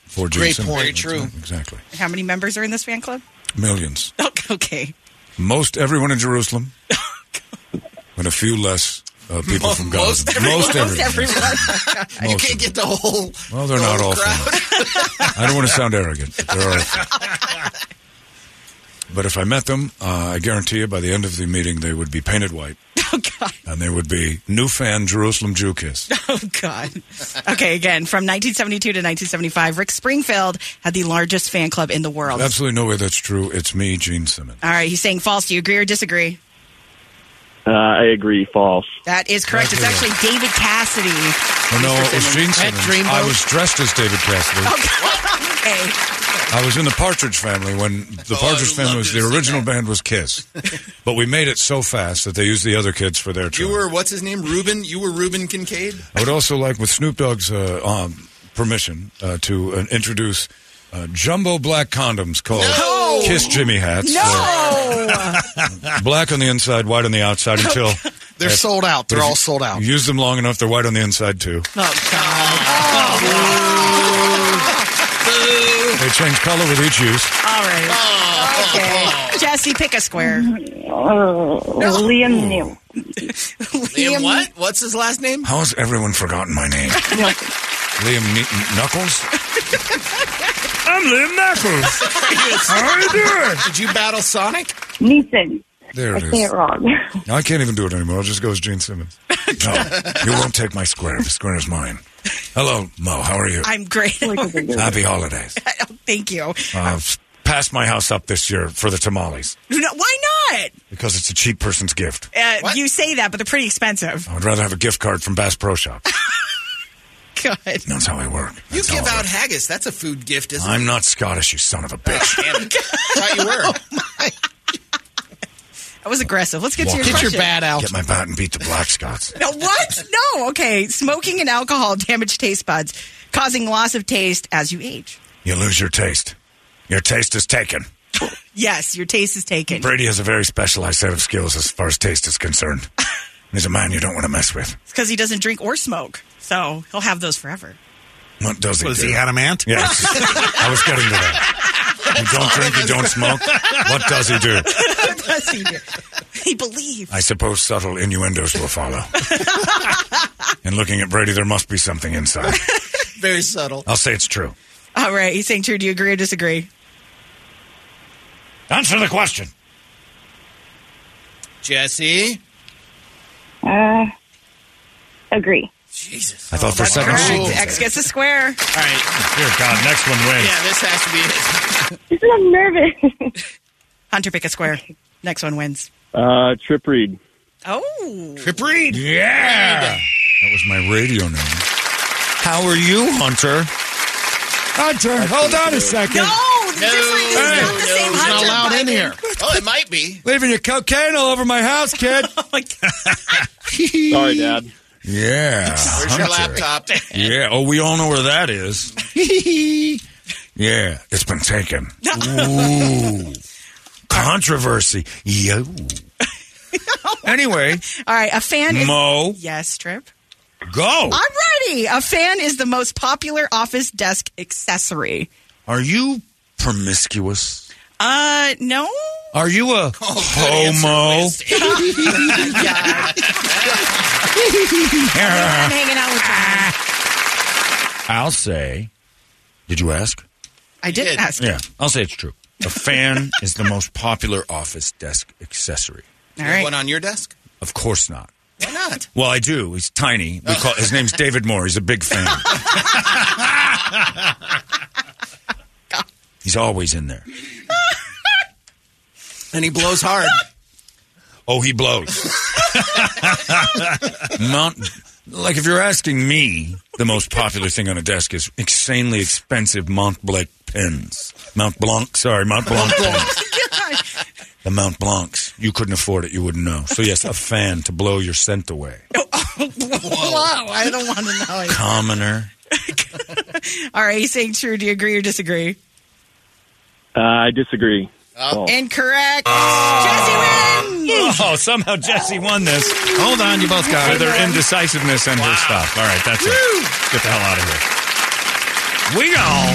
Speaker 1: For Gene
Speaker 5: Great
Speaker 1: Simmons.
Speaker 5: point. Very
Speaker 1: That's
Speaker 5: true.
Speaker 1: right, Exactly.
Speaker 4: How many members are in this fan club? [LAUGHS]
Speaker 1: Millions.
Speaker 4: Okay.
Speaker 1: Most everyone in Jerusalem, and a few less uh, people from Gaza.
Speaker 5: Most everyone.
Speaker 1: Most everyone.
Speaker 4: [LAUGHS]
Speaker 5: you
Speaker 1: Most
Speaker 5: can't get the whole.
Speaker 1: Well, they're not all from. I don't want to sound arrogant, but they're all. But if I met them, uh, I guarantee you, by the end of the meeting, they would be painted white. And they would be new fan Jerusalem Jew kiss.
Speaker 4: Oh, God. Okay, again, from 1972 to 1975, Rick Springfield had the largest fan club in the world.
Speaker 1: Absolutely no way that's true. It's me, Gene Simmons.
Speaker 4: All right, he's saying false. Do you agree or disagree?
Speaker 17: Uh, I agree, false.
Speaker 4: That is correct. It's actually David Cassidy.
Speaker 1: Oh, no, it was Gene
Speaker 4: That
Speaker 1: Simmons.
Speaker 4: dreamboat.
Speaker 1: I was dressed as David Cassidy.
Speaker 4: Oh, okay.
Speaker 1: I was in the Partridge Family when
Speaker 5: [LAUGHS] Oh,
Speaker 1: the Partridge Family was the original band was Kiss, but we made it so fast that they used the other kids for their
Speaker 5: You
Speaker 1: tour.
Speaker 5: were, what's his name? Ruben? You were Ruben Kincaid?
Speaker 1: I would also like, with Snoop Dogg's uh, um, permission, uh, to uh, introduce uh, jumbo black condoms called
Speaker 5: No!
Speaker 1: Kiss Jimmy hats.
Speaker 4: Oh.
Speaker 1: They're black on the inside, white on the
Speaker 5: [LAUGHS]
Speaker 1: outside until
Speaker 5: They're sold out. They're
Speaker 1: But if
Speaker 5: all
Speaker 1: you-
Speaker 5: sold out.
Speaker 1: you Use them long enough; they're white on the inside too.
Speaker 4: Oh, God.
Speaker 1: They change color with each use.
Speaker 4: All right. okay. Jesse, pick a square.
Speaker 16: Uh, Liam Neal.
Speaker 5: Liam what? What's his
Speaker 1: [LAUGHS]
Speaker 5: last name?
Speaker 1: How has everyone forgotten my
Speaker 5: [LAUGHS]
Speaker 1: name? Liam Kn- Knuckles. I'm Liam Knuckles. How are you doing?
Speaker 5: Did you battle Sonic?
Speaker 16: Neeson.
Speaker 1: There
Speaker 16: I
Speaker 1: it is.
Speaker 16: say it wrong.
Speaker 1: I can't even do it anymore. I'll just go as Gene
Speaker 5: [LAUGHS]
Speaker 1: Simmons. No, you won't take my square. The square is mine. Hello, Mo. How are you?
Speaker 4: I'm great.
Speaker 1: Happy holidays.
Speaker 4: [LAUGHS]
Speaker 5: [LAUGHS]
Speaker 4: Thank you.
Speaker 1: I've passed my house up this year for the tamales
Speaker 4: No, why not?
Speaker 1: because it's a cheap person's gift.
Speaker 4: Uh, you say that, but they're pretty expensive. [LAUGHS]
Speaker 1: I would rather have a gift card from Bass Pro Shop.
Speaker 5: [LAUGHS]
Speaker 4: God.
Speaker 1: That's how I work.
Speaker 5: You
Speaker 1: That's how
Speaker 5: give
Speaker 1: I
Speaker 5: out
Speaker 1: work.
Speaker 5: haggis. That's a food gift, isn't
Speaker 1: I'm not Scottish, you son of a bitch.
Speaker 5: [LAUGHS] it? Damn it. Thought you were.
Speaker 4: That was aggressive. Let's get to
Speaker 1: Walk in.
Speaker 4: your question.
Speaker 1: Get my bat and beat the Black Scots.
Speaker 4: No, what? No. Okay. Smoking and alcohol damage taste buds, causing loss of taste as you age.
Speaker 1: You lose your taste. Your taste is taken.
Speaker 4: Yes, your taste is taken.
Speaker 1: Brady has a very specialized set of skills as far as taste
Speaker 15: [LAUGHS]
Speaker 1: is concerned. He's a man you don't want to mess with.
Speaker 4: It's because he doesn't drink or smoke, so he'll have those forever. [LAUGHS]
Speaker 1: What does he
Speaker 15: Was
Speaker 1: do?
Speaker 15: he adamant?
Speaker 1: Yes. I was getting to that. You don't drink, you don't smoke. What does he do?
Speaker 4: Does he? do? He believes.
Speaker 1: I suppose subtle innuendos
Speaker 15: [LAUGHS]
Speaker 1: will follow. And looking at Brady, there must be something inside.
Speaker 5: Very subtle.
Speaker 1: I'll say it's true.
Speaker 4: All right. He's saying true. Do you agree or disagree?
Speaker 1: Answer the question.
Speaker 5: Jesse?
Speaker 16: Uh, agree.
Speaker 5: Jesus.
Speaker 1: I thought for a
Speaker 14: Oh.
Speaker 1: second
Speaker 4: All
Speaker 1: she
Speaker 4: right.
Speaker 1: did.
Speaker 4: X gets a square.
Speaker 5: All right.
Speaker 1: Dear God, next one wins.
Speaker 5: Yeah, this has to be it.
Speaker 16: I'm nervous.
Speaker 4: Hunter pick a square. Next one wins.
Speaker 17: Uh, Trip Reed.
Speaker 4: Oh.
Speaker 1: Trip Reed. Yeah. That was my radio name. How are you, Hunter?
Speaker 6: Hunter, hold on a second.
Speaker 14: no,
Speaker 6: Hey.
Speaker 14: no, no, it's not allowed in here. Oh, it might be.
Speaker 6: Leaving your cocaine all over my house, kid.
Speaker 1: [LAUGHS]
Speaker 17: Sorry, Dad.
Speaker 1: Yeah.
Speaker 14: Where's your
Speaker 1: Hunter.
Speaker 14: laptop? [LAUGHS]
Speaker 1: Yeah. Oh, we all know where that is. Yeah, it's been taken. Ooh. Controversy.
Speaker 14: [LAUGHS]
Speaker 1: Yo. anyway,
Speaker 4: All right, a fan. Is,
Speaker 1: Mo.
Speaker 4: Yes, Trip.
Speaker 1: go.
Speaker 4: I'm ready. A fan is the most popular office desk accessory.
Speaker 1: Are you promiscuous?
Speaker 4: Uh, no.
Speaker 1: Are you
Speaker 14: [LAUGHS]
Speaker 1: a homo?
Speaker 4: Yeah. I'm hanging out with you.
Speaker 1: I'll say. Did you ask?
Speaker 4: I didn't ask.
Speaker 1: Yeah, I'll say it's true. A fan [LAUGHS] is the most popular office desk accessory.
Speaker 14: You have One on your desk?
Speaker 1: Of course not.
Speaker 14: Why not?
Speaker 1: Well, I do. He's tiny. We call his name's David Moore. He's a big
Speaker 14: [LAUGHS]
Speaker 1: fan. He's always in there,
Speaker 5: And he blows hard.
Speaker 1: Oh, he blows. [LAUGHS] Mount. Like if you're asking me, the most popular thing on a desk is insanely expensive Mont Blanc pens. Mount Blanc, sorry, Mount Blanc pens. The Mount Blancs. You couldn't afford it. You wouldn't know. So yes, a fan to blow your scent away.
Speaker 4: Wow, I don't want to know. it.
Speaker 1: Commoner.
Speaker 4: All right, he's saying true. Do you agree or disagree?
Speaker 17: Uh, I disagree. False.
Speaker 4: Incorrect.
Speaker 1: Oh, somehow Jesse won this. Hold on, you both got it. Their indecisiveness and her stuff. All right, that's it. Get the hell out of here. We go.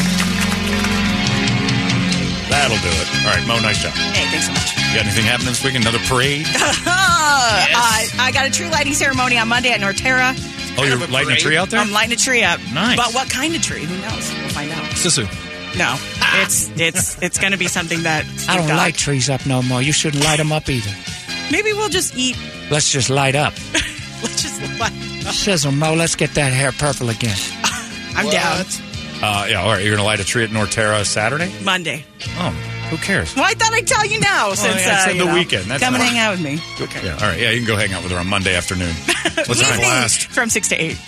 Speaker 1: That'll do it. All right, Mo, nice job.
Speaker 4: Hey, thanks so much.
Speaker 1: You got anything happening this week? Another parade?
Speaker 4: uh, I got a tree lighting ceremony on Monday at Norterra.
Speaker 1: Oh, you're lighting a tree out there?
Speaker 4: I'm lighting a tree up.
Speaker 1: Nice.
Speaker 4: But what kind of tree? Who knows? We'll find out.
Speaker 6: Sisu.
Speaker 4: No, it's it's it's going to be something that
Speaker 6: I
Speaker 4: we've
Speaker 6: don't
Speaker 4: got.
Speaker 6: light trees up no more. You shouldn't light them up either.
Speaker 4: Maybe we'll just eat.
Speaker 6: Let's just light up.
Speaker 4: Let's just. Light.
Speaker 6: Sizzle, Mo. Let's get that hair purple again.
Speaker 4: I'm down.
Speaker 1: Uh, yeah, all right. You're going to light a tree at Norterra Saturday?
Speaker 4: Monday.
Speaker 1: Oh, who cares?
Speaker 4: Well, I thought I'd tell you now since
Speaker 1: Oh, yeah, it's
Speaker 4: uh,
Speaker 1: on
Speaker 4: you
Speaker 1: the
Speaker 4: know,
Speaker 1: weekend. That's
Speaker 4: come and
Speaker 1: fine.
Speaker 4: hang out with me.
Speaker 1: Okay. Yeah, all right. Yeah, you can go hang out with her on Monday afternoon. Let's
Speaker 4: Evening
Speaker 1: have a blast.
Speaker 4: from six to eight. [LAUGHS]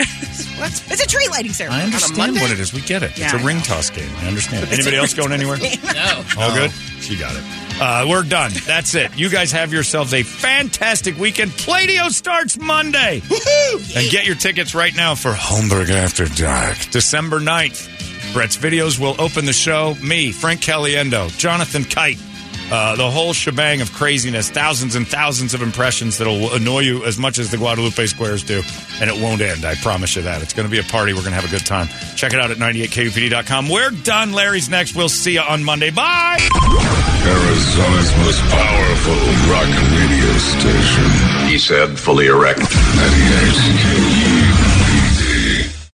Speaker 4: what? It's a tree lighting ceremony.
Speaker 1: I understand what it is. We get it.
Speaker 4: Yeah,
Speaker 1: it's a
Speaker 4: I
Speaker 1: ring toss game. I understand.
Speaker 4: It's
Speaker 1: Anybody
Speaker 4: a
Speaker 1: else going anywhere?
Speaker 4: No.
Speaker 1: All good? She got it. Uh, we're done. That's it. You guys have yourselves a fantastic weekend. Pladio starts Monday. Woohoo! And get your tickets right now for Homburg After Dark, December 9th. Brett's videos will open the show. Me, Frank Caliendo, Jonathan Kite. Uh, the whole shebang of craziness, thousands and thousands of impressions that'll annoy you as much as the Guadalupe squares do, and it won't end. I promise you that. It's going to be a party. We're going to have a good time. Check it out at 98kupd.com. We're done. Larry's next. We'll see you on Monday. Bye.
Speaker 11: Arizona's most powerful rock radio station. He said, fully erect. 98